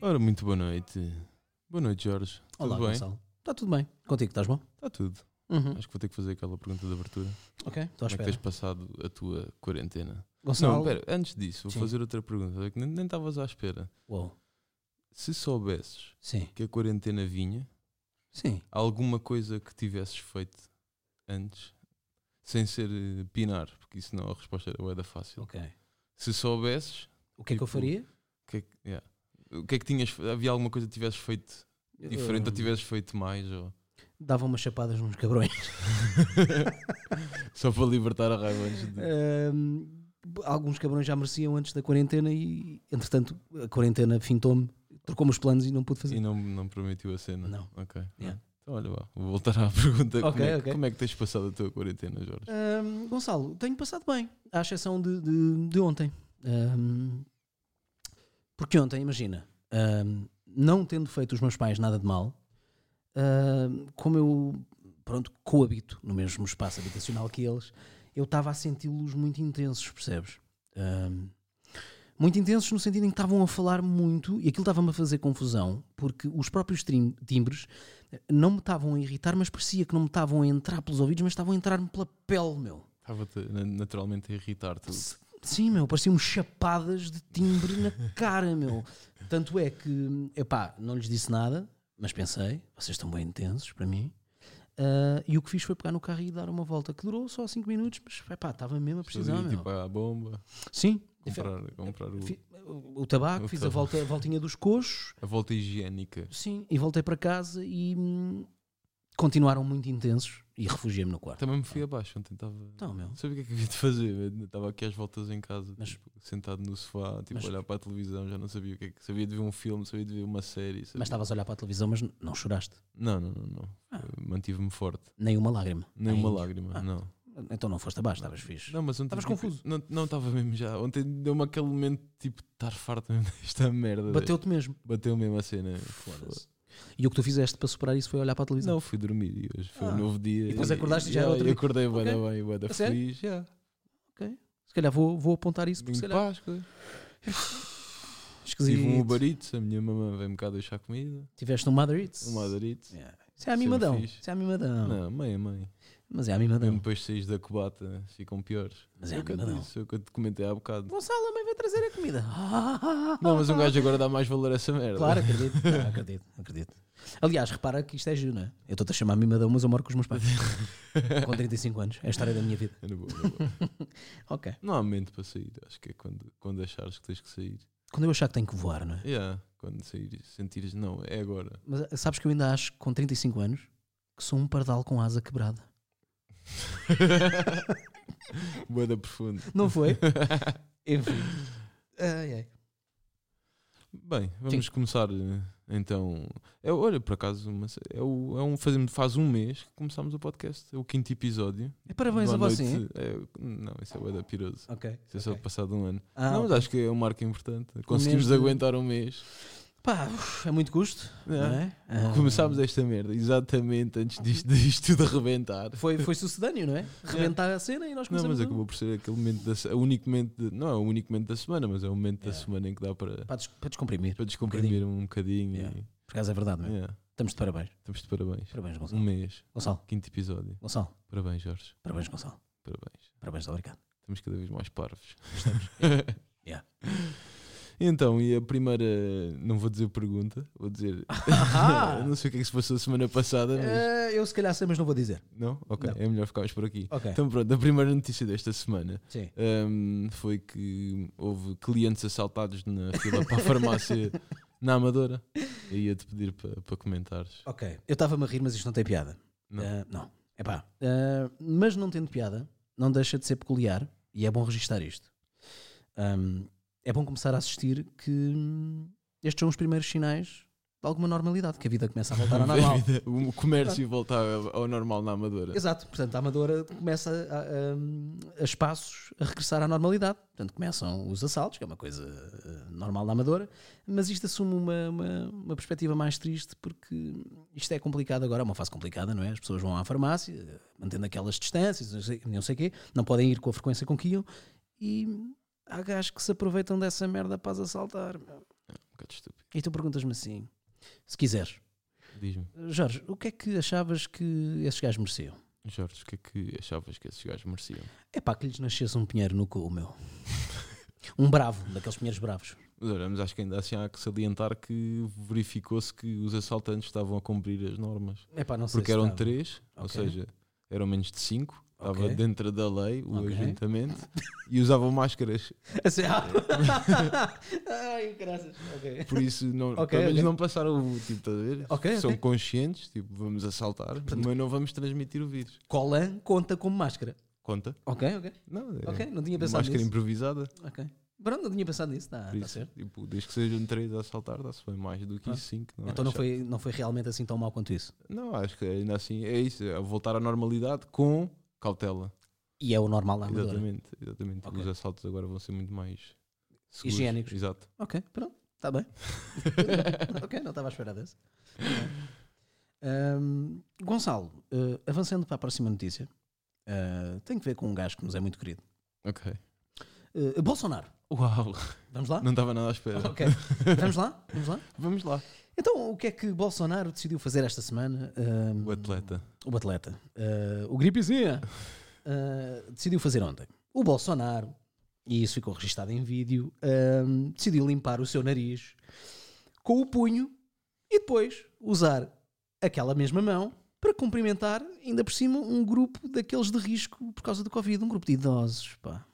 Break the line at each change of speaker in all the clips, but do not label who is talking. Ora, muito boa noite. Boa noite, Jorge.
Olá,
tudo bem?
Gonçalo. Está tudo bem? Contigo, estás bom?
Está tudo.
Uhum.
Acho que vou ter que fazer aquela pergunta de abertura.
Ok, estou Tá
Como é
à
que
espera.
tens passado a tua quarentena?
Gonçalo.
Não, espera, antes disso, vou
Sim.
fazer outra pergunta. que nem- Nem estavas à espera.
Uou.
Se soubesses
Sim,
que a quarentena vinha,
sim.
há alguma coisa que tivesses feito antes, sem ser eh, pinar, porque isso não a resposta era bué da fácil.
Ok.
Se soubesses,
O que é que eu
Tipo,
faria?
o que é que, yeah. o que é que tinhas? fe- Havia alguma coisa que tivesses feito diferente ou
Hum,
tivesses feito mais? Ou...
Dava umas chapadas nos cabrões.
Só para libertar a raiva antes de.
Hum, alguns cabrões já mereciam antes da quarentena e, entretanto, a quarentena fintou-me, trocou-me os planos e não pude fazer.
E não, não permitiu a cena?
é. Não.
Ok.
Yeah.
Então, olha, vá, vou voltar à pergunta.
Ok,
como, é, que-
ok.
como é que tens passado a tua quarentena, Jorge?
Hum, Gonçalo, tenho passado bem, à exceção de, de, de ontem. Hum, porque ontem, imagina, hum, não tendo feito os meus pais nada de mal, hum, como eu, pronto, coabito no mesmo espaço habitacional que eles, eu estava a senti-los muito intensos, percebes? Hum, muito intensos no sentido em que estavam a falar muito e aquilo estava-me a fazer confusão porque os próprios trim- timbres não me estavam a irritar, mas parecia que não me estavam a entrar pelos ouvidos, mas estavam a entrar-me pela pele, meu.
Estava-te na- naturalmente a irritar-te.
Sim, meu, pareciam chapadas de timbre na cara, meu. Tanto é que, epá, não lhes disse nada, mas pensei, vocês estão bem intensos para mim. Ah, e o que fiz foi pegar no carro e dar uma volta, que durou só 5 minutos, mas epá, estava mesmo a precisar,
Ali,
meu.
tipo, à bomba,
Sim,
comprar, comprar o-
Fi- o, o tabaco,
O
fiz a,
tabaco.
volta, a voltinha dos coxos,
a volta higiênica.
Sim, e voltei para casa e hum, continuaram muito intensos e refugiei-me no quarto.
Também me fui abaixo ontem. Estava.
Então, meu,
Não sabia o que é que havia de fazer. eu Estava aqui às voltas em casa,
Mas-
tipo, sentado no sofá, tipo,
Mas-
a olhar para a televisão. Já não sabia o que é que. Sabia de ver um filme, sabia de ver uma série. sabia-
mas estavas a olhar para a televisão, mas n- não choraste.
Não, não, não. não.
Ah.
Eu Mantive-me forte.
Nem uma lágrima.
Nem uma
Ainda.
lágrima,
Ah.
não.
Então não foste abaixo, estavas fixe.
Não, mas ontem.
Estavas
tipo,
confuso?
Não, não estava mesmo já. Ontem deu-me aquele momento tipo de estar farto mesmo desta merda.
Bateu-te mesmo.
Bateu mesmo a cena.
Foda-se. E o que tu fizeste para superar isso foi olhar para a televisão.
Não, fui dormir e hoje foi
Ah.
um novo dia.
E depois acordaste e já era
Yeah,
outro
e
dia.
Acordei, bué da
Ok.
bem, bué da
A sério?
feliz. Yeah.
Se calhar vou, vou apontar isso porque
Domingo
se
de
calhar.
Páscoa.
Esquisito.
Tive um Uber Eats, a minha mamã veio-me cá deixar comida.
Tiveste um Mother Eats.
Um Uber Eats.
Yeah. Isso é
Sempre
a mimadão.
fixe.
Isso é a mimadão.
Não, mãe é mãe.
Mas é a
Mesmo
mimadão.
depois de saís da cobata, ficam piores.
Mas é
Foi o que eu te
mimadão.
disse, foi o que eu te comentei há bocado.
Gonçalo, a mãe vai trazer a comida.
Não, mas um gajo agora dá mais valor a essa merda.
Claro, acredito, Não, acredito, acredito. Aliás, repara que isto é giro, não é? Eu estou-te a chamar mimadão, mas eu moro com os meus pais. com 35 anos. É a história da minha vida.
É na boa, na boa.
Ok.
Não há momento para sair, acho que é quando, quando achares que tens que sair.
Quando eu achar que tenho que voar, não é?
Yeah, quando sair, sentires, não, é agora.
Mas ah, sabes que eu ainda acho, com 35 anos, que sou um pardal com asa quebrada.
Boa profundo.
Não foi? Enfim. Ai, ai.
Bem, vamos começar eh, então. É, olha, por acaso, uma se- é, o- é um, fazemos- faz um mês que começámos o podcast, é o quinto episódio.
É parabéns
Boa
a você. hein?
noite. É, não, isso é o da Piroso.
Ok.
Isso é só
ok.
passado um ano.
Ah,
não, mas
ok.
acho que é um marco importante. Conseguimos
de-
aguentar um mês.
Pá, uf, é muito custo, não
É.
é? Ah,
Começámos esta merda exatamente antes disto, disto tudo arrebentar.
Foi, foi sucedâneo, não é? Rebentar a cena e nós
Não,
começamos
mas é
a-
acabou por ser aquele momento da se- o único momento de- não é o único momento da semana, mas é o momento da
Yeah.
semana em que dá para,
Pá, des- para descomprimir.
para descomprimir um bocadinho.
Yeah. Por acaso é verdade,
E,
não é?
yeah.
Estamos de parabéns.
Estamos de parabéns.
Parabéns,
Um
Gonçalo.
mês,
Gonçalo,
quinto episódio.
Gonçalo.
Parabéns, Jorge.
Parabéns, Gonçalo.
Parabéns.
Parabéns, obrigado.
Estamos cada vez mais parvos.
Yeah.
Então, e a primeira, não vou dizer pergunta, vou dizer.
Ah!
Eu não sei o que é que se passou semana passada, mas.
eu se calhar sei, mas não vou dizer.
Não? Ok,
Eh, Não.
é melhor ficarmos por aqui.
Ok.
Então, pronto, a primeira notícia desta semana
Sim.
hum, foi que houve clientes assaltados na fila para a farmácia na Amadora. Eu ia-te pedir para, para comentares.
Ok. Eu estava-me a rir, mas isto não tem piada.
Não.
Ah, não. Epá. Ah, mas não tendo piada, não deixa de ser peculiar e é bom registar isto. Ahm, é bom começar a assistir que hum, estes são os primeiros sinais de alguma normalidade, que a vida começa a voltar ao normal.
o comércio voltava ao normal na Amadora.
Exato, portanto a Amadora começa a, a- um, a espaços a regressar à normalidade. Portanto, começam os assaltos, que é uma coisa eh, normal na Amadora, mas isto assume uma, uma, uma perspectiva mais triste porque isto é complicado agora, é uma fase complicada, não é? As pessoas vão à farmácia, eh, mantendo aquelas distâncias, não sei, não sei quê, não podem ir com a frequência com que iam e há gajos que se aproveitam dessa merda para as assaltar. meu.
Um bocado estúpido.
E tu perguntas-me assim, se quiseres,
Diz-me,
Jorge, o que é que achavas que esses gajos mereciam?
Jorge, o que é que achavas que esses gajos mereciam?
É pá, que lhes nascesse um pinheiro no cu, meu. Um bravo, daqueles pinheiros bravos.
Mas, olha, mas acho que ainda assim há que salientar que verificou-se que os assaltantes estavam a cumprir as normas.
É pá, não sei
Porque um
se
eram
estava.
três, ou
Ok.
seja, eram menos de cinco. Estava
Ok.
dentro da lei, o
Ok.
ajuntamento, e usavam máscaras.
Assim, ah. Ai, graças. Ok.
Por isso, não,
Ok,
pelo menos
ok.
não passaram o tipo, estás a ver?
Ok,
São
ok.
conscientes, tipo, vamos assaltar, mas não vamos transmitir o vírus.
Colan conta como máscara.
Conta?
Ok, ok.
Não, é
Ok, não tinha pensado
máscara
nisso.
improvisada.
Ok. Pronto, não tinha pensado nisso. Está
Por
tá
isso,
certo.
tipo, desde que sejam três a assaltar, dá-se bem mais do que
Ah.
isso, cinco. é
então não
chato.
foi, não foi realmente assim tão mal quanto isso.
Não, acho que ainda assim é isso, é voltar à normalidade com cautela.
E é o normal da armadura.
Exatamente, exatamente.
Ok.
Os assaltos agora vão ser muito mais seguros.
Higiênicos.
Exato.
Ok, pronto, está bem. ok, não estava à espera desse. Ahm, Gonçalo, eh, avançando para a próxima notícia, eh, tem que ver com um gajo que nos é muito querido.
Ok.
Eh, Bolsonaro,
Uau,
vamos lá?
não estava nada à espera.
Ok, vamos lá? Vamos lá?
Vamos lá.
Então, o que é que Bolsonaro decidiu fazer esta semana? Ahm,
O atleta.
o atleta, eh, o gripezinha, eh, decidiu fazer ontem. O Bolsonaro, e isso ficou registado em vídeo, ehm, decidiu limpar o seu nariz com o punho e depois usar aquela mesma mão para cumprimentar, ainda por cima, um grupo daqueles de risco por causa do Covid, um grupo de idosos. Pá.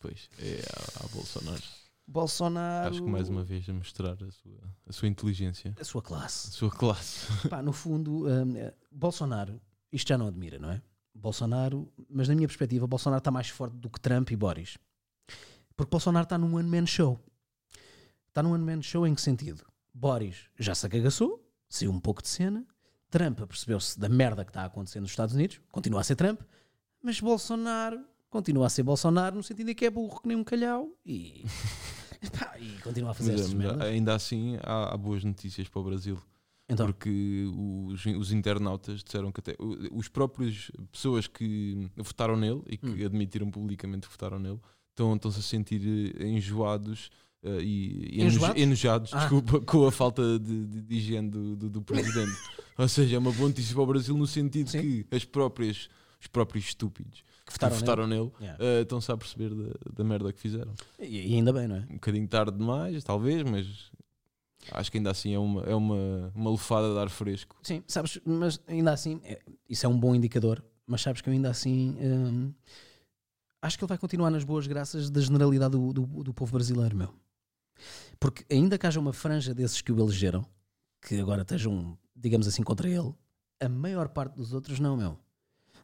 Pois, é a, a Bolsonaro.
Bolsonaro,
Acho que mais uma vez a mostrar a sua, a sua inteligência,
a sua classe.
a sua classe.
Pá, no fundo, hum, eh, Bolsonaro, isto já não admira, não é? Bolsonaro, mas na minha perspectiva, Bolsonaro está mais forte do que Trump e Boris. Porque Bolsonaro está num one-man show. Está num one-man show em que sentido? Boris já se acagaçou, saiu um pouco de cena. Trump percebeu-se da merda que está acontecendo nos Estados Unidos, continua a ser Trump, mas Bolsonaro continua a ser Bolsonaro no sentido em que é burro que nem um calhau e, pá, e continua a fazer
Mas,
estas
é, mas
merdas.
ainda assim, há- há boas notícias para o Brasil.
Então,
porque os, os internautas disseram que até o- os próprios pessoas que votaram nele e que
Hum.
admitiram publicamente que votaram nele estão, estão-se a sentir eh, enjoados eh, e e eno-
Enjoados?
enojados
Ah.
desculpa, com a falta de, de- de higiene do, do- do presidente. Ou seja, é uma boa notícia para o Brasil no sentido
Sim.
que as próprias, os próprios estúpidos
que
É que
votaram nele.
votaram nele
Yeah.
eh, estão-se a perceber da, da merda que fizeram.
E, e ainda bem, não é?
Um bocadinho tarde demais, talvez, mas acho que ainda assim é uma, é uma, uma lufada de ar fresco.
Sim, sabes, mas ainda assim, é- isso é um bom indicador, mas sabes que eu ainda assim hum, acho que ele vai continuar nas boas graças da generalidade do, do, do povo brasileiro, meu. Porque ainda que haja uma franja desses que o elegeram, que agora estejam, digamos assim, contra ele, a maior parte dos outros não, meu.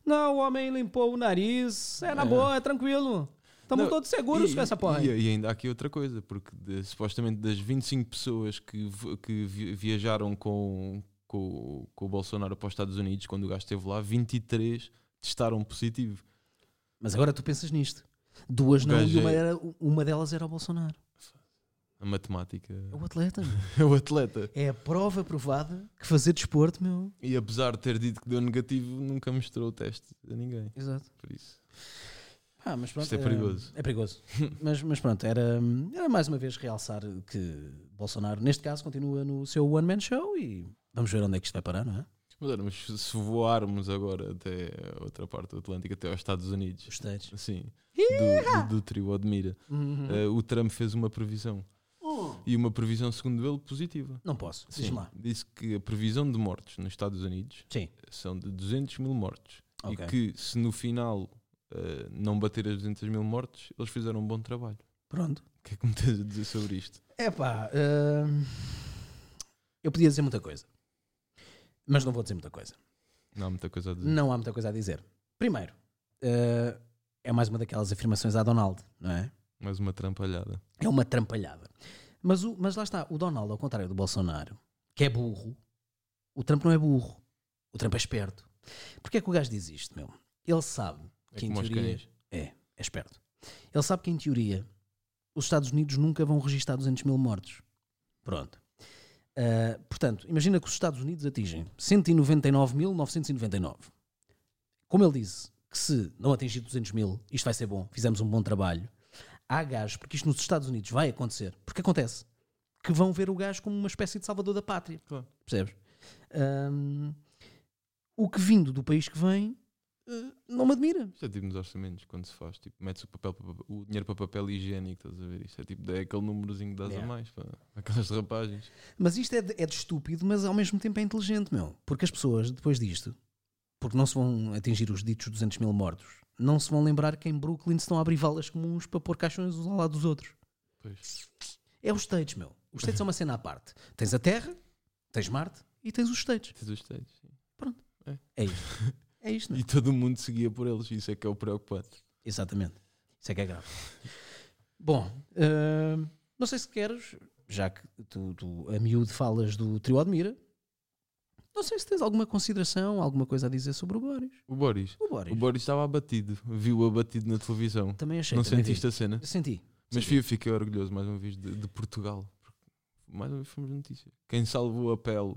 Não, o homem limpou o nariz, é na
É.
boa, é tranquilo. Estamos
Não,
todos seguros
E-
com essa porra.
E,
aí.
e ainda há aqui outra coisa, porque de- supostamente das 25 pessoas que, v- que vi- viajaram com, com, com o Bolsonaro para os Estados Unidos, quando o gajo esteve lá, 23 testaram positivo.
Mas agora tu pensas nisto. Duas
O
não, e
gajo
uma,
é-
era, uma delas era o Bolsonaro.
A matemática
É o atleta, meu.
é o atleta.
É a prova provada que fazer desporto, meu.
E apesar de ter dito que deu negativo, nunca mostrou o teste a ninguém.
Exato.
Por isso.
Ah, mas pronto,
Isto é perigoso.
É, perigoso. mas, mas pronto, era, era mais uma vez realçar que Bolsonaro, neste caso, continua no seu one-man show e vamos ver onde é que isto vai parar, não é?
Mas, olha, mas se voarmos agora até a outra parte do Atlântico, até aos Estados Unidos,
Os States.
assim, do, do, do trio Admira,
Uhum.
eh, o Trump fez uma previsão. E uma previsão, segundo ele, positiva.
Não posso.
Sim,
Diz-me lá.
Disse que a previsão de mortes nos Estados Unidos
Sim.
são de 200 mil mortes.
Ok.
E que se no final eh, não bater as 200 mil mortes, eles fizeram um bom trabalho.
Pronto.
O que é que me tens a dizer sobre isto?
É pá. hum, eu podia dizer muita coisa. Mas não vou dizer muita coisa.
Não há muita coisa a dizer.
Não há muita coisa a dizer. Primeiro, eh, é mais uma daquelas afirmações à Donald, não é?
Mais uma trampalhada.
É uma trampalhada. Mas, o- mas lá está, o Donald, ao contrário do Bolsonaro, que é burro, o Trump não é burro. O Trump é esperto. Porquê é que o gajo diz isto, meu? Ele sabe
É
que, em
como aos
teoria.
cães.
É esperto. Ele sabe que, em teoria, os Estados Unidos nunca vão registrar 200 mil mortos. Pronto. Ah, portanto, imagina que os Estados Unidos atingem 199.999. Como ele disse que se não atingir 200 mil, isto vai ser bom, fizemos um bom trabalho. Há gajos, porque isto nos Estados Unidos vai acontecer, porque acontece. que vão ver o gajo como uma espécie de salvador da pátria.
Claro.
Percebes? Hum, o que vindo do país que vem eh, não me admira.
Isto é tipo nos orçamentos, quando se faz, tipo, metes o, papel para papel- o dinheiro para papel higiênico, estás a ver? Isto é tipo, é aquele númerozinho que dás
Yeah.
a mais para aquelas derrapagens.
Mas isto é de, é de estúpido, mas ao mesmo tempo é inteligente, meu. Porque as pessoas, depois disto, porque não se vão atingir os ditos 200 mil mortos, não se vão lembrar que em Brooklyn se estão a abrir valas comuns para pôr caixões uns ao lado dos outros.
Pois.
É os States, meu. Os States é uma cena à parte. Tens a Terra, tens Marte e tens os States.
Tens os textos, sim.
É isto. É isto, não é?
E todo mundo seguia por eles, isso é que é o preocupante.
Exatamente. Isso é que é grave. Bom, hum, não sei se queres, já que tu, tu a miúdo falas do trio Admira, não sei se tens alguma consideração, alguma coisa a dizer sobre o Boris.
O Boris.
O Boris.
O Boris estava abatido, viu-o abatido na televisão.
Também achei.
Não
também
sentiste a cena?
vi. Senti.
Mas
Senti.
fui- fiquei orgulhoso mais uma vez de, de Portugal. Mais uma vez fomos notícia. Quem salvou a pele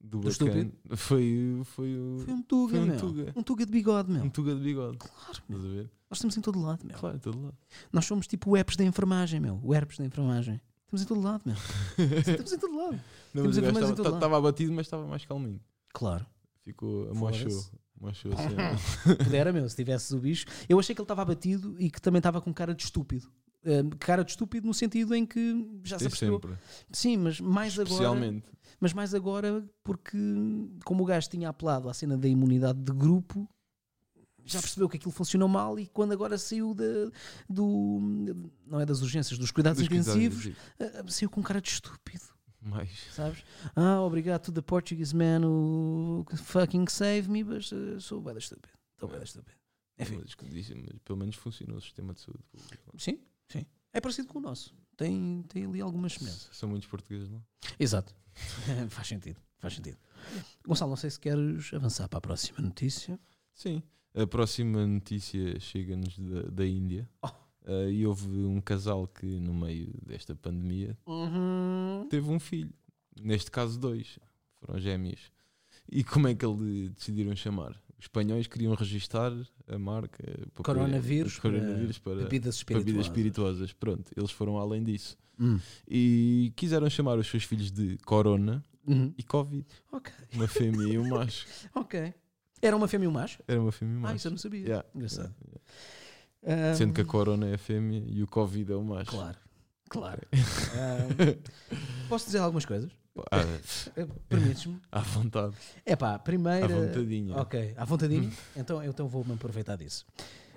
do,
Do
bacana foi, foi o.
Foi um Tuga,
Foi um
meu.
Tuga.
Um Tuga de bigode, meu.
um tuga de bigode.
Claro, meu.
Estás a ver?
Nós estamos em todo lado, meu.
Claro, todo lado.
Nós somos tipo o herpes da enfermagem, meu. O herpes da enfermagem. Estamos em todo lado, meu. Estamos em todo lado.
Não, mas o
Temos
gajo
enfermeiros em
estava-
todo
ta-
lado.
Estava abatido, mas estava mais calminho.
Claro.
Ficou.
Foda-se. Ah,
Mochou. Mochou a cena.
Pudera, meu, se tivesse o bicho. Eu achei que ele estava abatido e que também estava com cara de estúpido. Hum, cara de estúpido no sentido em que já se
Tem
apercebeu.
sempre.
Sim, mas mais agora.
Especialmente.
Mas mais agora porque, como o gajo tinha apelado à cena da imunidade de grupo, já percebeu que aquilo funcionou mal e quando agora saiu da, do. não é das urgências, dos cuidados
Dos cuidados
intensivos,
intensivos.
ah, ah, saiu com cara de estúpido,
Mais.
sabes? Ah, obrigado to the Portuguese man who fucking save me, mas ah, sou bada estúpido. Estou
É.
bada estúpido. Enfim.
Mas, como disse, mas pelo menos funcionou o sistema de saúde pública.
Sim, sim. É parecido com o nosso. Tem, tem ali algumas semelhanças.
São muitos portugueses, não?
Exato. faz sentido, faz sentido. Gonçalo, não sei se queres avançar para a próxima notícia.
Sim. A próxima notícia chega-nos da, da Índia.
Oh.
Eh, e houve um casal que, no meio desta pandemia,
Uhum.
teve um filho. Neste caso, dois. Foram gêmeos. E como é que ele decidiram chamar? Os espanhóis queriam registar a marca eh, para
Coronavírus
para, coronavírus para, para
Bebidas
bebidas
espirituosas.
espirituosas. Pronto, eles foram além disso.
Hum.
E quiseram chamar os seus filhos de Corona
Uhum.
e Covid.
Ok,
Uma fêmea e um macho.
ok. Era uma fêmea e um macho?
Era uma fêmea e um
Ah,
macho.
isso eu não sabia.
Yeah,
Engraçado. Ah,
Sendo que a corona é a fêmea e o Covid é o macho.
Claro, claro. Ah, posso dizer algumas coisas?
Pô, à-
Ah, Permites-me?
À vontade,
É pá, a primeira.
à vontadinha.
Ok, à vontadinha? então então vou-me aproveitar disso.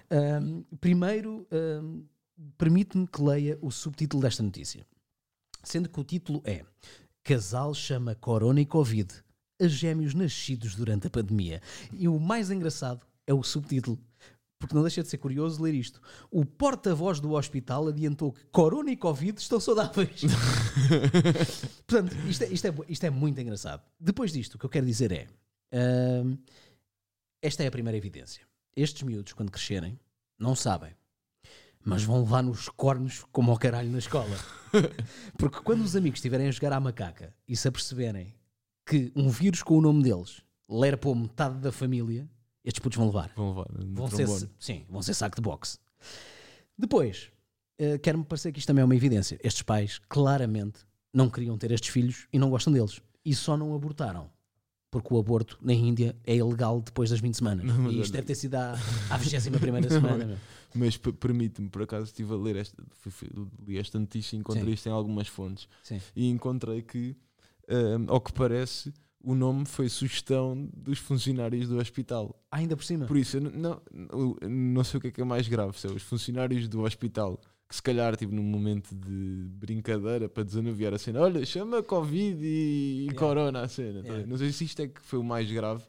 Ahm, primeiro, ahm, permite-me que leia o subtítulo desta notícia. Sendo que o título é Casal chama Corona e Covid a gêmeos nascidos durante a pandemia. E o mais engraçado é o subtítulo. Porque não deixa de ser curioso ler isto. O porta-voz do hospital adiantou que corona e covid estão saudáveis. Portanto, isto é, isto, é, isto é muito engraçado. Depois disto, o que eu quero dizer é: hum, esta é a primeira evidência. Estes miúdos, quando crescerem, não sabem, mas vão levar nos cornos como ao caralho na escola. Porque quando os amigos estiverem a jogar à macaca e se aperceberem que um vírus com o nome deles lerpou metade da família, estes putos vão levar.
Vão levar. no
Vão ser,
trombone.
sim, vão ser saco de boxe. Depois, eh, quero-me parecer que isto também é uma evidência. Estes pais claramente não queriam ter estes filhos e não gostam deles. E só não abortaram. Porque o aborto na Índia é ilegal depois das 20 semanas.
Não, mas é
e isto
olha-
deve ter sido à, à 21 semana. meu.
Mas p- permite-me, por acaso estive a ler esta, fui- fui- li esta notícia e encontrei
Sim.
isto em algumas fontes.
Sim.
E encontrei que, ahm, ao que parece, o nome foi sugestão dos funcionários do hospital.
Ainda por cima.
Por isso, eu n- não, eu não sei o que é que é mais grave, se é os funcionários do hospital que se calhar, tipo, num momento de brincadeira para desanuviar a cena, olha, chama Covid e, e
Yeah.
Corona a cena. tá
Yeah.
bem? Não sei se isto é que foi o mais grave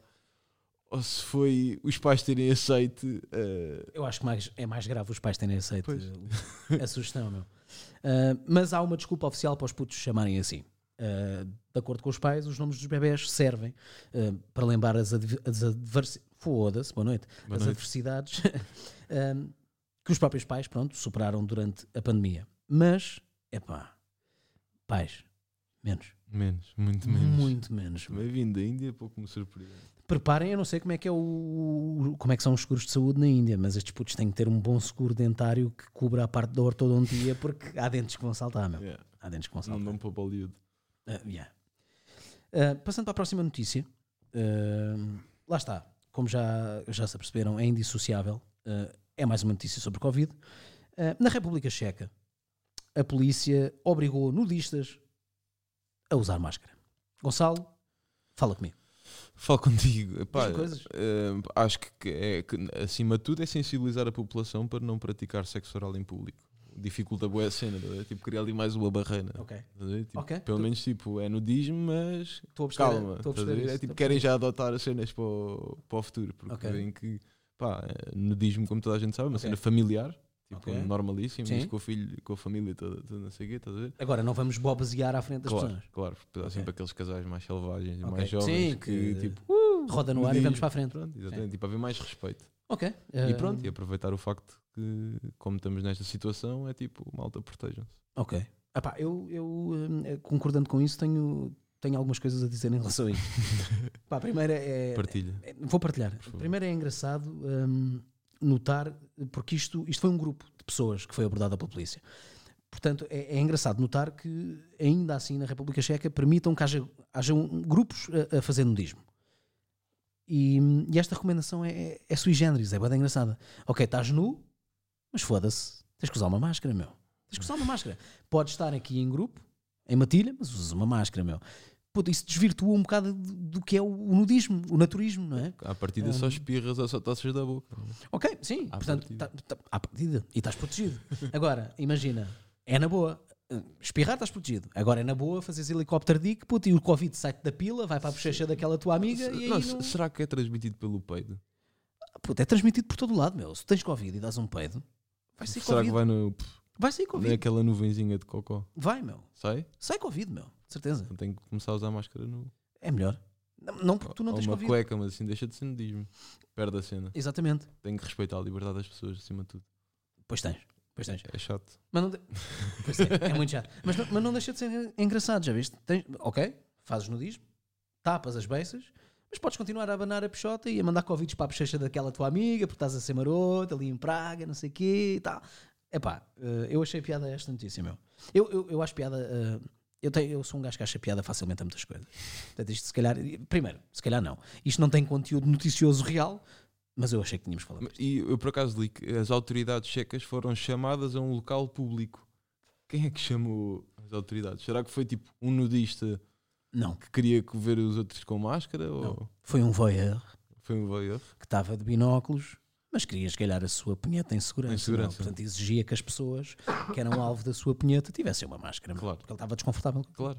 ou se foi os pais terem aceite. eh,
Eu acho que mais- é mais grave os pais terem aceito
Pois.
eh, a sugestão, meu. Ah, mas há uma desculpa oficial para os putos se chamarem assim. Ah, de acordo com os pais, os nomes dos bebés servem ah, para lembrar as, adversidades. Foda-se, boa noite.
boa
as
noite.
adversidades ah, que os próprios pais, pronto, superaram durante a pandemia. Mas, epá, pais, menos.
Menos, muito menos.
Muito menos. meu.
Bem-vindo à Índia, pouco me surpreende.
Preparem, eu não sei como é que é o como é que são os seguros de saúde na Índia, mas estes putos têm que ter um bom seguro dentário que cubra a parte da ortodontia porque há dentes que vão saltar, meu.
Yeah.
Há dentes que vão
Não
saltar.
dão para Bollywood.
Ah, yeah. Ah, passando para a próxima notícia, ah, lá está, como já, já se aperceberam, é indissociável. Ah, é mais uma notícia sobre Covid. Ah, na República Checa, a polícia obrigou nudistas a usar máscara. Gonçalo, fala comigo.
Falo contigo. Epá,
Diz-me coisas.
eh, acho que- que, é, que, acima de tudo, é sensibilizar a população para não praticar sexo oral em público. Dificulta boa a cena, não é? Tipo, criar ali mais uma barreira.
Ok.
estás a ver? Tipo,
Ok.
Pelo
Tu-
menos, tipo, é nudismo, mas
Estou a perceber.
calma.
estou a
estás a
perceber
ver? É
isso,
tipo,
estou a
querem já adotar as cenas para o, para o futuro, porque
Ok.
veem que, pá, eh, nudismo, como toda a gente sabe, é uma
Ok.
cena familiar, tipo,
Ok.
normalíssimo,
Sim.
isso com o filho, com a família toda, toda não sei o quê, tá estás a ver?
perceber. Agora, não vamos bobasear à frente das
claro,
pessoas.
claro, porque há
Ok.
sempre aqueles casais mais selvagens e
Ok.
mais jovens
Sim,
que,
que-
tipo,
Roda no ar e
Nudismo.
vamos para a frente.
Pronto, exatamente, tipo, haver mais respeito.
Ok.
E
ah,
pronto, e aproveitar o facto que, como estamos nesta situação, é tipo, malta, protejam-se.
Ok. Epá, eu, eu, hum, eh, concordando com isso, tenho, tenho algumas coisas a dizer em relação a isso. Pá, a primeira é.
Partilha.
é- Vou partilhar.
favor.
Primeiro é engraçado hum, notar, porque isto, isto foi um grupo de pessoas que foi abordado pela polícia. Portanto, é, é engraçado notar que, ainda assim, na República Checa, permitam que haja, haja um- grupos a, a fazer nudismo. E, hum, e esta recomendação é, é, é sui generis, é bem engraçada. Ok, estás nu, mas foda-se, tens que usar uma máscara, meu. Tens que usar uma máscara. Podes estar aqui em grupo, em matilha, mas usas uma máscara, meu. Puta, isso desvirtua um bocado do do que é o o nudismo, o naturismo, não é?
À partida só espirras ou só tossas da boca.
Ok, sim,
À
portanto,
partida.
tá- tá- à partida e estás protegido. Agora, imagina, é na boa. Espirrar estás protegido. Agora é na boa, fazes helicóptero dick, puto, e o Covid sai-te da pila, vai para a bochecha daquela tua amiga e aí
Não,
não...
se- Será que é transmitido pelo peido?
Puto, é transmitido por todo o lado, meu. Se tens Covid e dás um peido, vai sair
Será
Covid.
que
Vai...
vai é no,
sair Covid.
naquela nuvenzinha de cocó?
Vai, meu.
Sai?
Sai Covid, meu. De certeza.
Então tenho que começar a usar máscara nu.
É melhor. Não, não porque tu não
Ou
tens
uma
Covid.
cueca, mas assim deixa de ser nudismo. Perde a cena.
Exatamente.
Tenho que respeitar a liberdade das pessoas acima de tudo.
Pois tens. Pois tens.
É chato.
Mas não de- Pois é, é muito chato. Mas, não- mas não deixa de ser engraçado, já viste? Tens- ok, fazes nudismo, tapas as beiças, mas podes continuar a abanar a peixota e a mandar convites para a bochecha daquela tua amiga, porque estás a ser maroto, ali em Praga, não sei o quê e tal. Epá, eh, eu achei piada esta notícia, meu. Eu, eu, eu acho piada... eh, eu, tenho, eu sou um gajo que acha piada facilmente a muitas coisas. Portanto, isto se calhar... Primeiro, se calhar não. Isto não tem conteúdo noticioso real, mas eu achei que tínhamos falado.
E eu por acaso li que as autoridades checas foram chamadas a um local público. Quem é que chamou as autoridades? Será que foi tipo um nudista
Não,
que queria que ver os outros com máscara? Ou
foi um voyeur.
foi um voyeur?
que estava de binóculos, mas queria esgalhar a sua punheta em segurança.
Em segurança.
não é? Portanto, exigia que as pessoas que eram alvo da sua punheta tivessem uma máscara.
Claro.
Porque ele estava desconfortável.
Claro.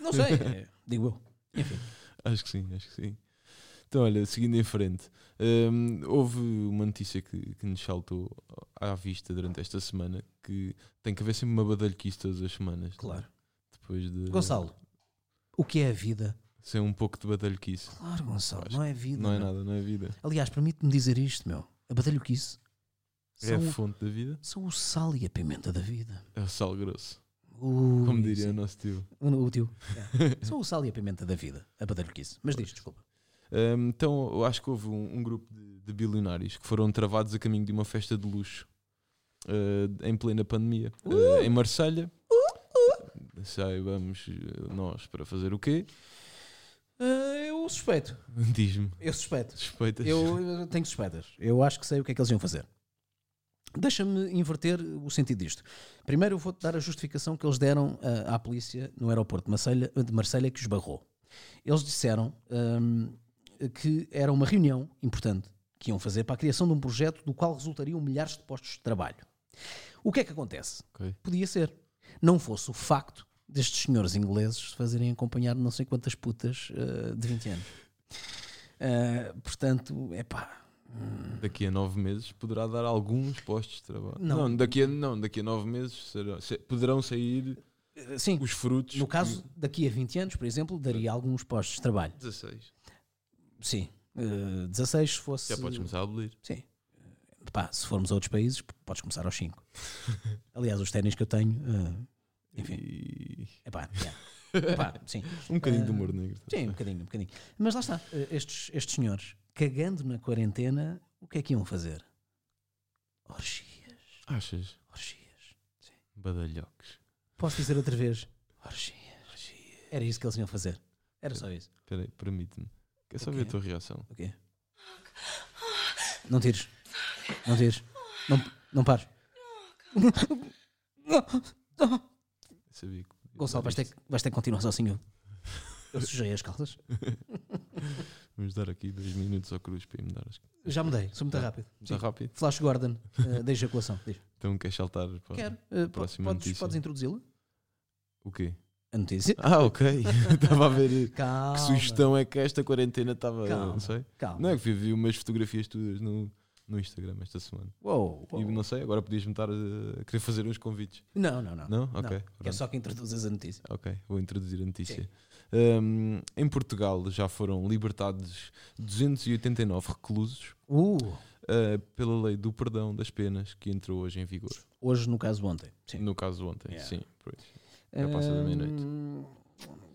Não sei, é, digo eu. Enfim,
Acho que sim, acho que sim. Então, olha, seguindo em frente, hum, houve uma notícia que, que nos saltou à vista durante esta semana que tem que haver sempre uma badalhoquice todas as semanas. é?
claro.
Depois de
Gonçalo, o que é a vida?
ser um pouco de badalhoquice.
Claro, Gonçalo,
Acho
não é vida.
Não é
meu.
nada, não é vida.
Aliás, permite-me dizer isto, meu. A badalhoquice
É
são,
a
o-
fonte da vida.
são o sal e a pimenta da vida.
É o sal grosso.
Ui,
Como diria o
sim.
nosso tio.
O, o tio. É. São o sal e a pimenta da vida. A badalhoquice. Mas diz, desculpa.
Hum, então, eu acho que houve um, um grupo de, de bilionários que foram travados a caminho de uma festa de luxo uh, em plena pandemia Uh, em Marselha.
Uh,
Saibamos uh, nós para fazer o quê? Eh,
eu suspeito.
Diz-me,
Eu suspeito.
suspeitas.
Eu eu tenho suspeitas. Eu acho que sei o que é que eles iam fazer. Deixa-me inverter o sentido disto. Primeiro, eu vou-te dar a justificação que eles deram ah, à polícia no aeroporto de Marselha, de Marselha que os barrou. Eles disseram hum, que era uma reunião importante que iam fazer para a criação de um projeto do qual resultariam milhares de postos de trabalho. O que é que acontece?
Ok.
Podia ser. Não fosse o facto destes senhores ingleses se fazerem acompanhar não sei quantas putas ah, de 20 anos. Ah, portanto, é pá.
Daqui a nove meses poderá dar alguns postos de trabalho.
Não.
Não, daqui, a, não, daqui a nove meses será- se- poderão sair
eh, Sim,
os frutos.
no
que-
caso, daqui a 20 anos, por exemplo, daria alguns postos de trabalho.
16.
Sim. Eh, 16 se fosse.
Já podes começar a abolir.
Sim. Eh, pá, se formos a outros países, p- podes começar aos 5. Aliás, os ténis que eu tenho. eh, enfim.
E...
Epá, yeah. Epá, sim.
Um bocadinho de
Ah,
humor negro.
Sim, um bocadinho, um bocadinho. Mas lá está. eh, estes, estes senhores, cagando na quarentena, o que é que iam fazer? Orgias.
Achas? Oh,
Orgias.
Badalhocos.
Posso dizer outra vez?
Oh,
Orgias. Era isso que eles iam fazer. Era só isso.
Espera aí, permite-me. Quer só
O
ver a
quê?
tua reação?
O quê? Não tires. Não tires. Não, não pares.
Eu sabia que.
Gonçalo, vais ter, que- vais ter que continuar sozinho. Eu sujei as calças.
Vamos dar aqui dois minutos ao cruz para ir me dar as.
Já mudei, sou muito
Tá.
rápido.
Está rápido?
Flash Gordon, eh, da ejaculação. Diz.
Então queres saltar para.
Quero. Eh, po-
próxima
podes,
notícia.
podes introduzi-la?
O quê?
A notícia.
Ah, ok. Estava a ver.
Calma.
Que sugestão é que esta quarentena estava.
Calma.
Não sei.
Calma.
Não é que vi, vi umas fotografias tuas no, no Instagram esta semana.
Uou, uou.
E não sei, agora podias-me estar a, a querer fazer uns convites.
Não, não, não.
Não? Ok.
É
pronto.
só que introduzas a notícia.
Ok, vou introduzir a notícia. Um, em Portugal já foram libertados 289 reclusos
Uh,
uh, pela lei do perdão das penas que entrou hoje em vigor.
hoje, no caso, ontem. Sim.
No caso ontem,
Yeah.
sim. por isso. Já passa É da meia-noite.
Hum,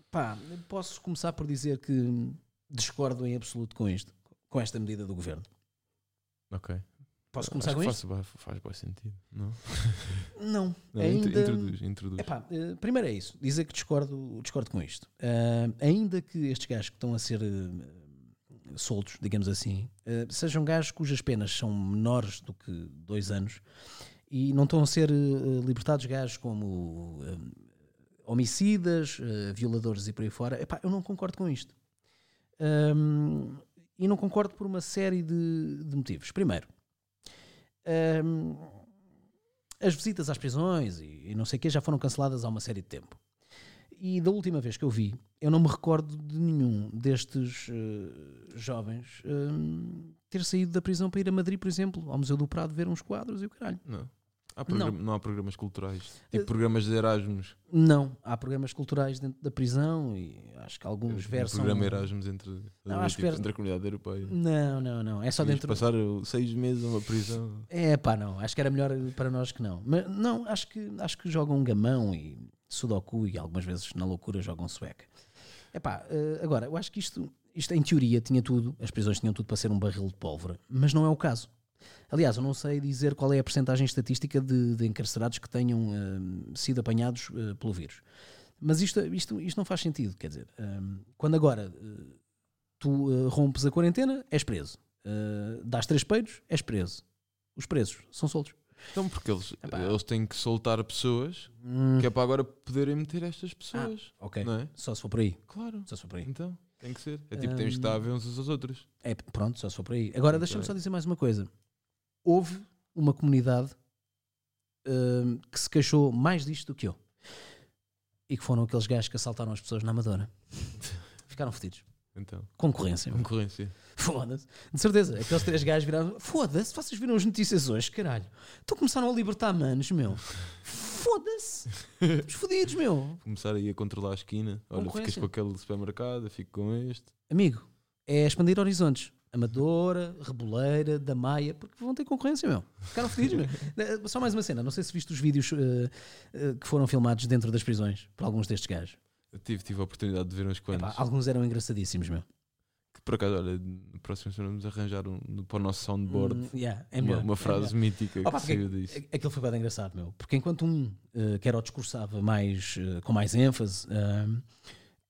Pá, posso começar por dizer que discordo em absoluto com isto, com esta medida do governo.
Ok.
Posso
Uh,
começar
acho
com
que
isto?
faz, ba- faz bom sentido. Não?
Não.
Não, int-
ainda...
Introduz, introduz.
Epá, eh, primeiro é isso, dizer que discordo, discordo com isto. Ah, ainda que estes gajos que estão a ser eh, soltos, digamos assim, eh, sejam gajos cujas penas são menores do que dois anos e não estão a ser eh, libertados gajos como eh, homicidas, eh, violadores e por aí fora, epá, eu não concordo com isto. Ahm, e não concordo por uma série de, de motivos. Primeiro, ehm, ahm, as visitas às prisões e, e não sei o quê já foram canceladas há uma série de tempo. E da última vez que eu vi, eu não me recordo de nenhum destes eh, jovens eh, ter saído da prisão para ir a Madrid, por exemplo, ao Museu do Prado ver uns quadros e o caralho.
Não. Há programa- não há programas culturais. Tipo
Uh,
programas de Erasmus.
Não, há programas culturais dentro da prisão e acho que alguns
Um
versos.
programa Erasmus entre,
Não, acho que
tipo,
ver-
entre a comunidade europeia.
Não, não, não. É só
Querias
dentro.
passar uh, seis meses numa prisão.
É pá, não. Acho que era melhor para nós que não. Mas não, acho que, acho que jogam gamão e sudoku e algumas vezes na loucura jogam sueca. É pá, eh, agora, eu acho que isto, isto em teoria tinha tudo, as prisões tinham tudo para ser um barril de pólvora, mas não é o caso. Aliás, eu não sei dizer qual é a percentagem estatística de, de encarcerados que tenham eh, sido apanhados eh, pelo vírus. Mas isto, isto, isto não faz sentido, quer dizer, eh, quando agora eh, tu eh, rompes a quarentena, és preso. Eh, dás três peidos, és preso os presos são soltos.
Então, porque eles,
Epá.
eles têm que soltar pessoas que é para agora poderem meter estas pessoas.
Ok.
Não é?
Só se for por aí.
Claro.
Só se for por aí.
Então, tem que ser. É tipo,
Hum.
temos que estar a ver uns aos outros.
É, pronto, só se for por aí. Agora,
Ok.
deixa-me só dizer mais uma coisa. Houve uma comunidade hum, que se queixou mais disto do que eu. E que foram aqueles gajos que assaltaram as pessoas na Amadora. Ficaram fodidos.
Então,
Concorrência. meu.
concorrência.
Foda-se. De certeza. Aqueles três gajos viraram. Foda-se, vocês viram as notícias hoje, caralho. Então começaram a libertar manos, meu. Foda-se. Estamos fodidos, meu.
Começar aí a controlar a esquina. Olha, ficas
Concorrência.
com aquele supermercado, eu fico com este.
Amigo, é expandir horizontes. Amadora, Reboleira, da Maia, porque vão ter concorrência, meu. Ficaram fodidos, meu. Eh, Só mais uma cena, não sei se viste os vídeos eh, eh, que foram filmados dentro das prisões por alguns destes gajos.
Eu tive, tive a oportunidade de ver uns
Epá,
quantos.
alguns eram engraçadíssimos, meu.
Que por acaso, olha, no próximo semana vamos arranjar um, para o nosso soundboard
Hum, yeah, é
uma,
melhor,
uma
é
frase mítica
Opa,
que
porque- é
saiu disso.
A- Aquilo foi bem engraçado, meu. Porque enquanto um eh, que era o discursava mais, eh, com mais ênfase ahm,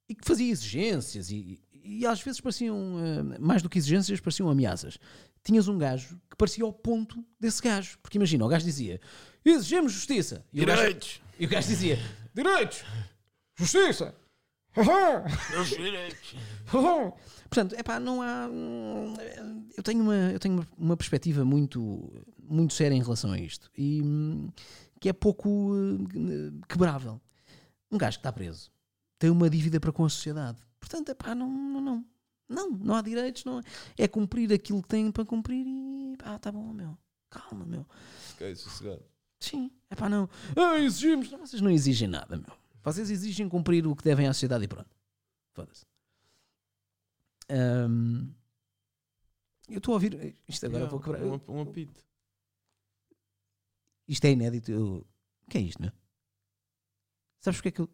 e que fazia exigências e, e às vezes pareciam, eh, mais do que exigências, pareciam ameaças. Tinhas um gajo que parecia ao ponto desse gajo. Porque imagina, o gajo dizia: exigimos justiça. E o gajo,
Direitos!
e o gajo dizia: direitos, justiça.
Meus direitos!
Portanto, é pá, não há. hum, Eu tenho uma, eu tenho uma, uma perspectiva muito, muito séria em relação a isto e hum, que é pouco eh, quebrável. Um gajo que está preso tem uma dívida para com a sociedade. Portanto, é pá, não, não, não. Não, não há direitos, não há- é cumprir aquilo que tem para cumprir e pá, tá bom, meu. Calma, meu.
Ok, sossegado.
Sim, é pá, não. Ah, exigimos. Não, vocês não exigem nada, meu. Vocês exigem cumprir o que devem à sociedade e pronto. Foda-se. Ahm, eu estou a ouvir. Isto agora
Yeah,
vou quebrar.
Um, ap- um apito.
Isto é inédito. eu- O que é isto, meu? Sabes porque é que eu.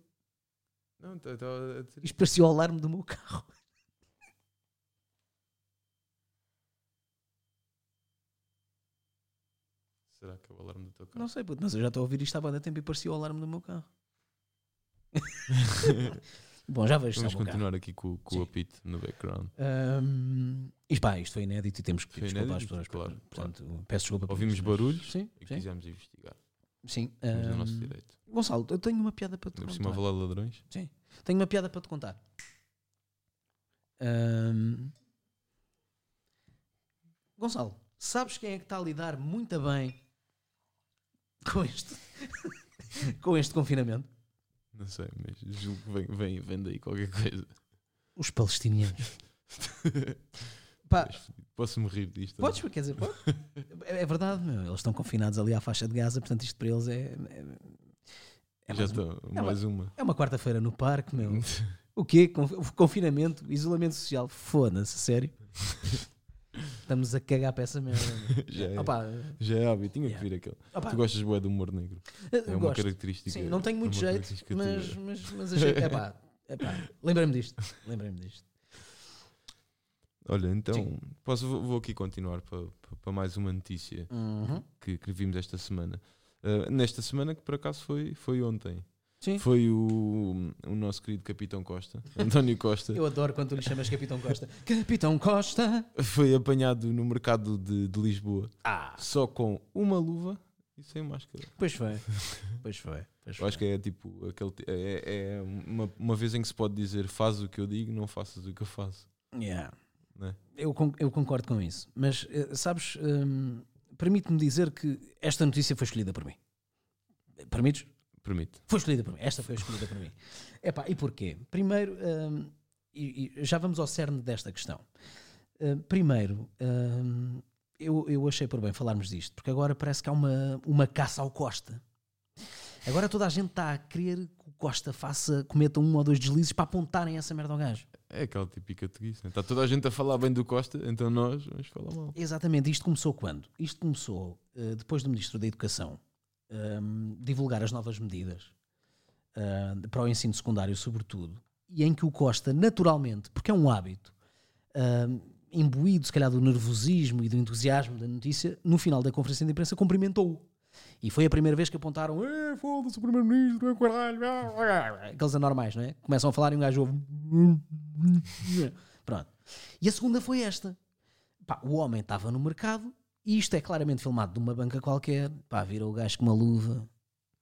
Não, então, estava a dizer.
Isto parecia o alarme do meu carro.
Será que é o alarme do teu carro? é
Não sei, puto, mas eu já estou a ouvir isto há bastante tempo e parecia o alarme do meu carro. é um Bom, já vejo. se
Vamos
está bom carro.
continuar aqui com, com o apito no background.
Ahm, isto, pá, isto foi inédito e temos que
Foi
desculpar
inédito,
as pessoas.
claro,
portanto, peço desculpa. por
Ouvimos
isso, mas-
barulhos
Sim,
e
sim. Hum,
quisemos investigar.
sim.
Temos no
Ahm,
nosso direito.
Gonçalo, eu tenho uma piada para te
Ainda por cima,
contar.
valer ladrões.
Tenho uma piada para te contar. Ahm, Gonçalo, sabes quem é que está a lidar muito bem com este, com este confinamento?
Não sei, mas julgo que vem, vem, vem daí qualquer coisa.
Os palestinianos. Pá,
Posso-me rir disto?
Podes, quer dizer, podes. É, é verdade, meu, eles estão confinados ali à faixa de Gaza, portanto isto para eles é. é- É,
Já
mais uma,
estou. Mais uma.
é uma quarta-feira no parque, meu. O quê? Conf- Confinamento, isolamento social. Foda-se, sério. Estamos a cagar para essa merda. meu.
Já é.
Opá,
Já é hábito, tinha
Yeah.
que vir aquele.
opá,
Tu gostas bué do humor negro.
eu
É uma
gosto.
característica. é
Sim, não tenho muito
uma
jeito,
característica
mas,
tua.
mas, mas achei. Epá, epá, lembrei-me disto. Lembrei-me disto.
Olha, então,
Sim.
posso, vou vou aqui continuar para, para- para mais uma notícia
Uhum.
que, que vimos esta semana. Ah, nesta semana, que por acaso foi, foi ontem.
Sim.
Foi o, o nosso querido Capitão Costa, António Costa,
Eu adoro quando tu lhe chamas Capitão Costa. Capitão Costa!
foi apanhado no mercado de, de Lisboa
Ah!
só com uma luva e sem máscara.
Pois foi. Pois foi.
Eu
Pois foi.
acho que é tipo aquele ti- é, é uma, uma vez em que se pode dizer faz o que eu digo, não faças o que eu faço.
Yeah.
Né?
Eu, con- eu concordo com isso. Mas, eh, sabes, hum, permite-me dizer que esta notícia foi escolhida por mim. Permites?
Permite.
Foi escolhida por mim. Esta foi escolhida por mim. Epá, e porquê? Primeiro, hum, e, e já vamos ao cerne desta questão. Hum, primeiro, hum, eu, eu achei por bem falarmos disto, porque agora parece que há uma, uma caça ao Costa. Agora toda a gente está a querer que o Costa faça, cometa um ou dois deslizes para apontarem essa merda ao gajo.
É aquela típica preguiça. Está toda a gente a falar bem do Costa, então nós vamos falar mal.
Exatamente, isto começou quando? Isto começou eh, depois do Ministro da Educação ehm, divulgar as novas medidas ah, para o ensino secundário, sobretudo, e em que o Costa, naturalmente, porque é um hábito, ahm, imbuído se calhar do nervosismo e do entusiasmo da notícia, no final da conferência de imprensa cumprimentou-o. E foi a primeira vez que apontaram: "Eh, foda-se o Primeiro-Ministro, é caralho, ah, ah", aqueles anormais, não é? Começam a falar e um gajo ouve. Pronto. E a segunda foi esta. Pá, o homem estava no mercado e isto é claramente filmado de uma banca qualquer. Pá, vira o gajo com uma luva.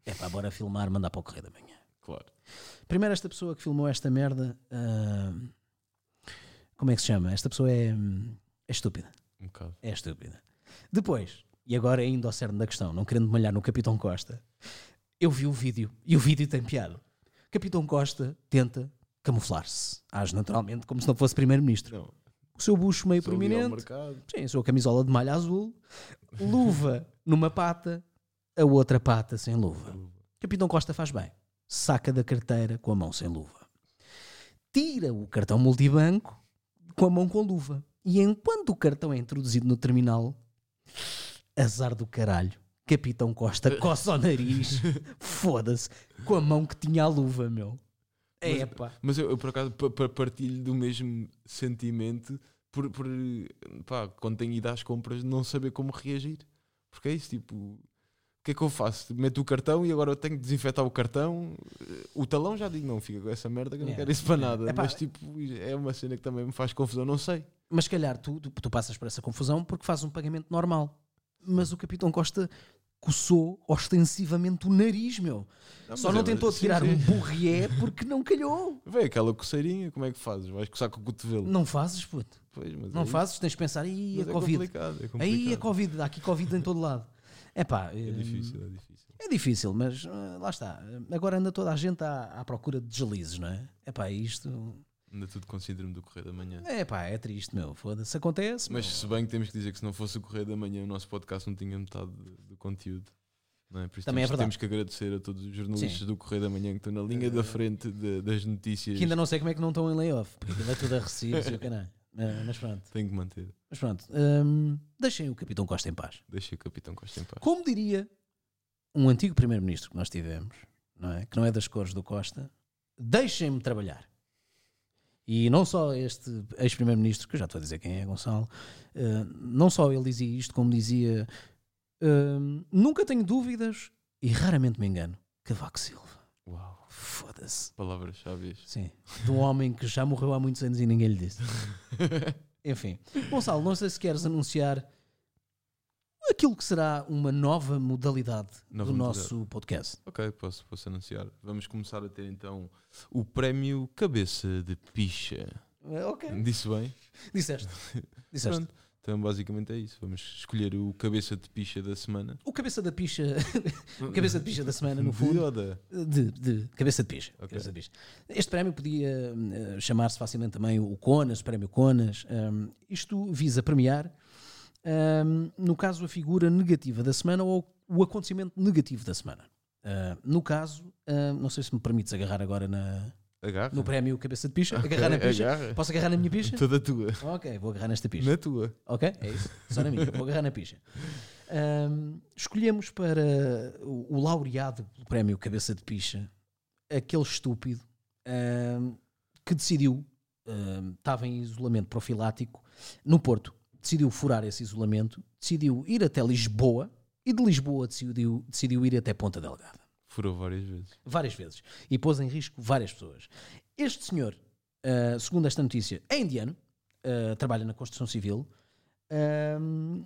É pá, bora filmar, mandar para o correio da manhã.
Claro.
Primeiro, esta pessoa que filmou esta merda. ah, como é que se chama? Esta pessoa é, hum, é estúpida.
Um bocado.
É estúpida. Depois, e agora ainda ao cerne da questão, não querendo malhar no Capitão Costa, eu vi o vídeo e o vídeo tem piada. Capitão Costa tenta camuflar-se. Age naturalmente como se não fosse primeiro-ministro.
Não,
O seu bucho meio
sou ali ao
prominente.
mercado.
Sim, a sua camisola de malha azul, luva numa pata, a outra pata sem luva. Capitão Costa faz bem. Saca da carteira com a mão sem luva. Tira o cartão multibanco com a mão com luva. E enquanto o cartão é introduzido no terminal, azar do caralho. Capitão Costa coça o nariz, foda-se, com a mão que tinha a luva, meu. Epá.
Mas eu, eu, por acaso pa- pa- partilho do mesmo sentimento por, por pá, quando tenho ido às compras não saber como reagir. Porque é isso, tipo, o que é que eu faço? Meto o cartão e agora eu tenho que desinfetar o cartão. O talão já digo, não, fica com essa merda que eu não
É,
quero isso para nada.
Epá,
Mas tipo, é uma cena que também me faz confusão, não sei.
Mas se calhar tu, tu, tu passas por essa confusão porque fazes um pagamento normal. Mas o Capitão Costa coçou ostensivamente o nariz, meu. Só
mas
não
é-
tentou
sim,
tirar
sim.
um burrié porque não calhou.
Vê aquela coceirinha, como é que fazes? Vais coçar com o cotovelo.
Não fazes, puto.
Pois, mas é
Não
isso.
fazes, tens de pensar,
Mas
aí a
é
Covid.
complicado, é
Aí a
complicado.
Covid, há aqui Covid em todo lado. Epá, eh,
É difícil, é difícil.
É difícil, mas ah, lá está. Agora anda toda a gente à, à procura de deslizes, não é? Epá, isto.
Ainda tudo com síndrome do Correio da Manhã.
Epá, é triste, meu. Foda-se, acontece.
Mas
meu.
se bem que temos que dizer que se não fosse o Correio da Manhã, o nosso podcast não tinha metade do do conteúdo. Não é? Por isso
Também é
temos,
verdade.
temos que agradecer a todos os jornalistas
Sim. Eh,
do Correio da Manhã que estão na linha da frente de- das notícias.
Que ainda não sei como é que não estão em layoff, porque aquilo é tudo a recibos e o caralho. Ah, Mas pronto,
Tenho que manter.
mas pronto. Hum, deixem o Capitão Costa em paz.
Deixa o Capitão Costa em paz.
Como diria um antigo primeiro-ministro que nós tivemos, não é? que não é das cores do Costa, deixem-me trabalhar. E não só este ex-primeiro-ministro, que eu já estou a dizer quem é, Gonçalo, eh, não só ele dizia isto, como dizia: hum, nunca tenho dúvidas e raramente me engano, Cavaco Silva.
Uau,
Foda-se.
palavras-chave.
Sim. De um homem que já morreu há muitos anos e ninguém lhe disse. Enfim. Gonçalo, não sei se queres anunciar aquilo que será uma nova modalidade
Nova
do
modalidade.
nosso podcast.
ok, posso, posso anunciar. Vamos começar a ter então o prémio Cabeça de Picha.
Ok.
Disse bem?
Disseste. Disseste.
Pronto. Então basicamente é isso. Vamos escolher o Cabeça de Picha da semana.
O cabeça da picha, o cabeça de picha da semana, no
De
fundo,
Oda.
de, de cabeça de picha.
Ok.
Cabeça de picha. Este prémio podia hum, eh, chamar-se facilmente também o Conas, prémio Conas. Hum, isto visa premiar, hum, no caso, a figura negativa da semana ou o acontecimento negativo da semana. Ah, no caso, hum, não sei se me permites agarrar agora na,
Agarra.
no prémio cabeça de picha. Agarrar na
Ok,
picha.
agarra.
Posso agarrar na minha picha?
Toda tua.
Ok, vou agarrar nesta picha.
Na tua.
Ok? É isso. Só na minha. Vou agarrar na picha. Ahm, escolhemos para o, o laureado pelo prémio Cabeça de Picha aquele estúpido ahm, que decidiu, ahm, estava em isolamento profilático no Porto, decidiu furar esse isolamento, decidiu ir até Lisboa e de Lisboa decidiu, decidiu ir até Ponta Delgada
Furou várias vezes.
várias vezes e pôs em risco várias pessoas. Este senhor, ah, segundo esta notícia, é indiano, ah, trabalha na construção civil ahm,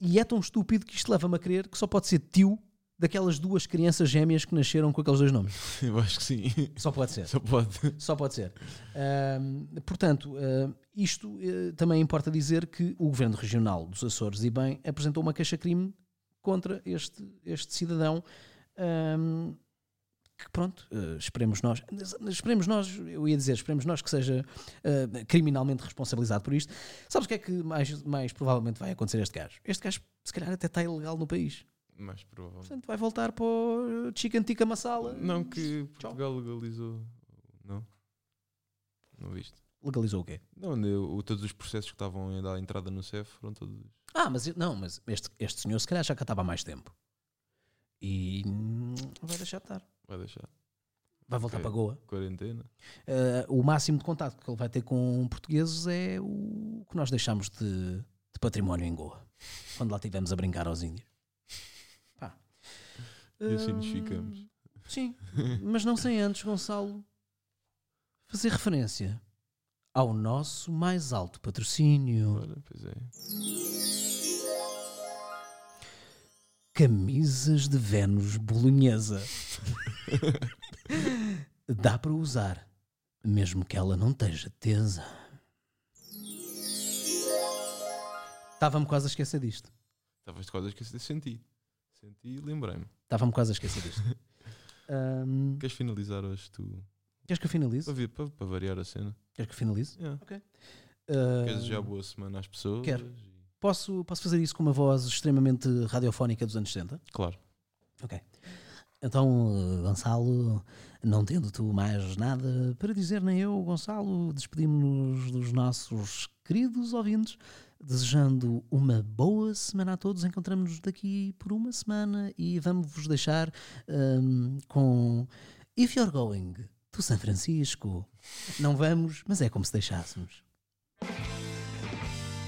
e é tão estúpido que isto leva-me a crer que só pode ser tio daquelas duas crianças gêmeas que nasceram com aqueles dois nomes.
Eu acho que sim.
Só pode ser.
Só pode.
Só pode ser. Ahm, portanto, ahm, isto eh, também importa dizer que o Governo Regional dos Açores e Bem apresentou uma queixa-crime contra este, este cidadão. ahm, que pronto, eh, esperemos nós, esperemos nós, eu ia dizer, esperemos nós que seja eh, criminalmente responsabilizado por isto. Sabes o que é que mais, mais provavelmente vai acontecer a este gajo? Este gajo, se calhar, até está ilegal no país.
Mais provável.
Portanto, vai voltar para o Chicken Tikka Masala.
Não que Portugal legalizou. Não? Não viste?
Legalizou o quê?
Não, onde o- todos os processos que estavam a dar entrada no CEF foram todos.
Ah, mas eu- não, mas este, este senhor se calhar já catava há mais tempo. E hum, vai deixar de estar.
Vai deixar.
Vai voltar
Ok.
para Goa.
Quarentena.
Ah, o máximo de contato que ele vai ter com portugueses é o que nós deixamos de, de património em Goa. Quando lá estivemos a brincar aos índios. Pá.
E assim nos
Hum,
ficamos.
Sim, mas não sem antes, Gonçalo, fazer referência ao nosso mais alto patrocínio.
Ora, pois é.
Camisas de Vênus bolonhesa. Dá para usar, mesmo que ela não esteja tesa. Estava-me quase a esquecer disto.
Estavas de quase a esquecer. Senti. Senti e lembrei-me.
Estava-me quase a esquecer disto. Ahm,
Queres finalizar hoje tu?
queres que eu finalize?
Para, ver- para- para variar a cena.
Queres que eu finalize?
Yeah.
Ah,
Queres desejar boa semana às pessoas?
quero.
E-
posso, posso fazer isso com uma voz extremamente radiofónica dos anos 60?
Claro.
Então, eh, Gonçalo, não tendo tu mais nada para dizer, nem eu, Gonçalo, despedimos-nos dos nossos queridos ouvintes, desejando uma boa semana a todos. Encontramos-nos daqui por uma semana e vamos-vos deixar hum, com If You're Going to San Francisco. Não vamos, mas é como se deixássemos.